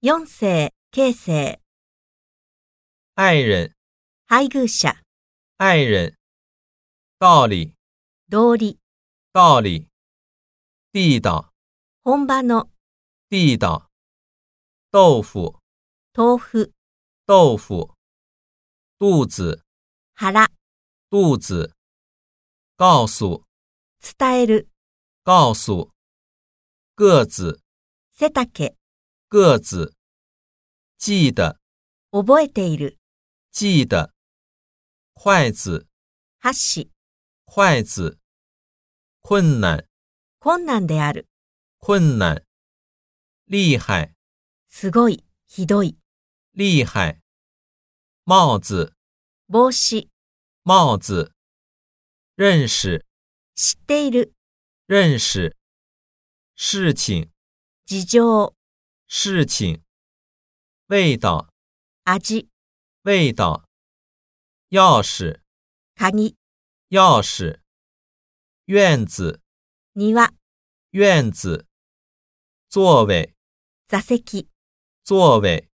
四世、形成、爱人，配偶者、爱人。道理，道理、道理。地道，本場の、地道。豆腐，豆腐、豆腐。肚子，腹、肚子。告诉，伝える、告诉。个子，背丈、个子。记得，覚えている、记得。筷子，箸、筷子。困难，困難である、困难。厉害，すごい、ひどい、厉害。帽子，帽子、帽子。认识，知っている、认识。事情，事情、事情。味道，味、味道。钥匙，鍵、钥匙。院子，庭、院子。座位，座席。座位。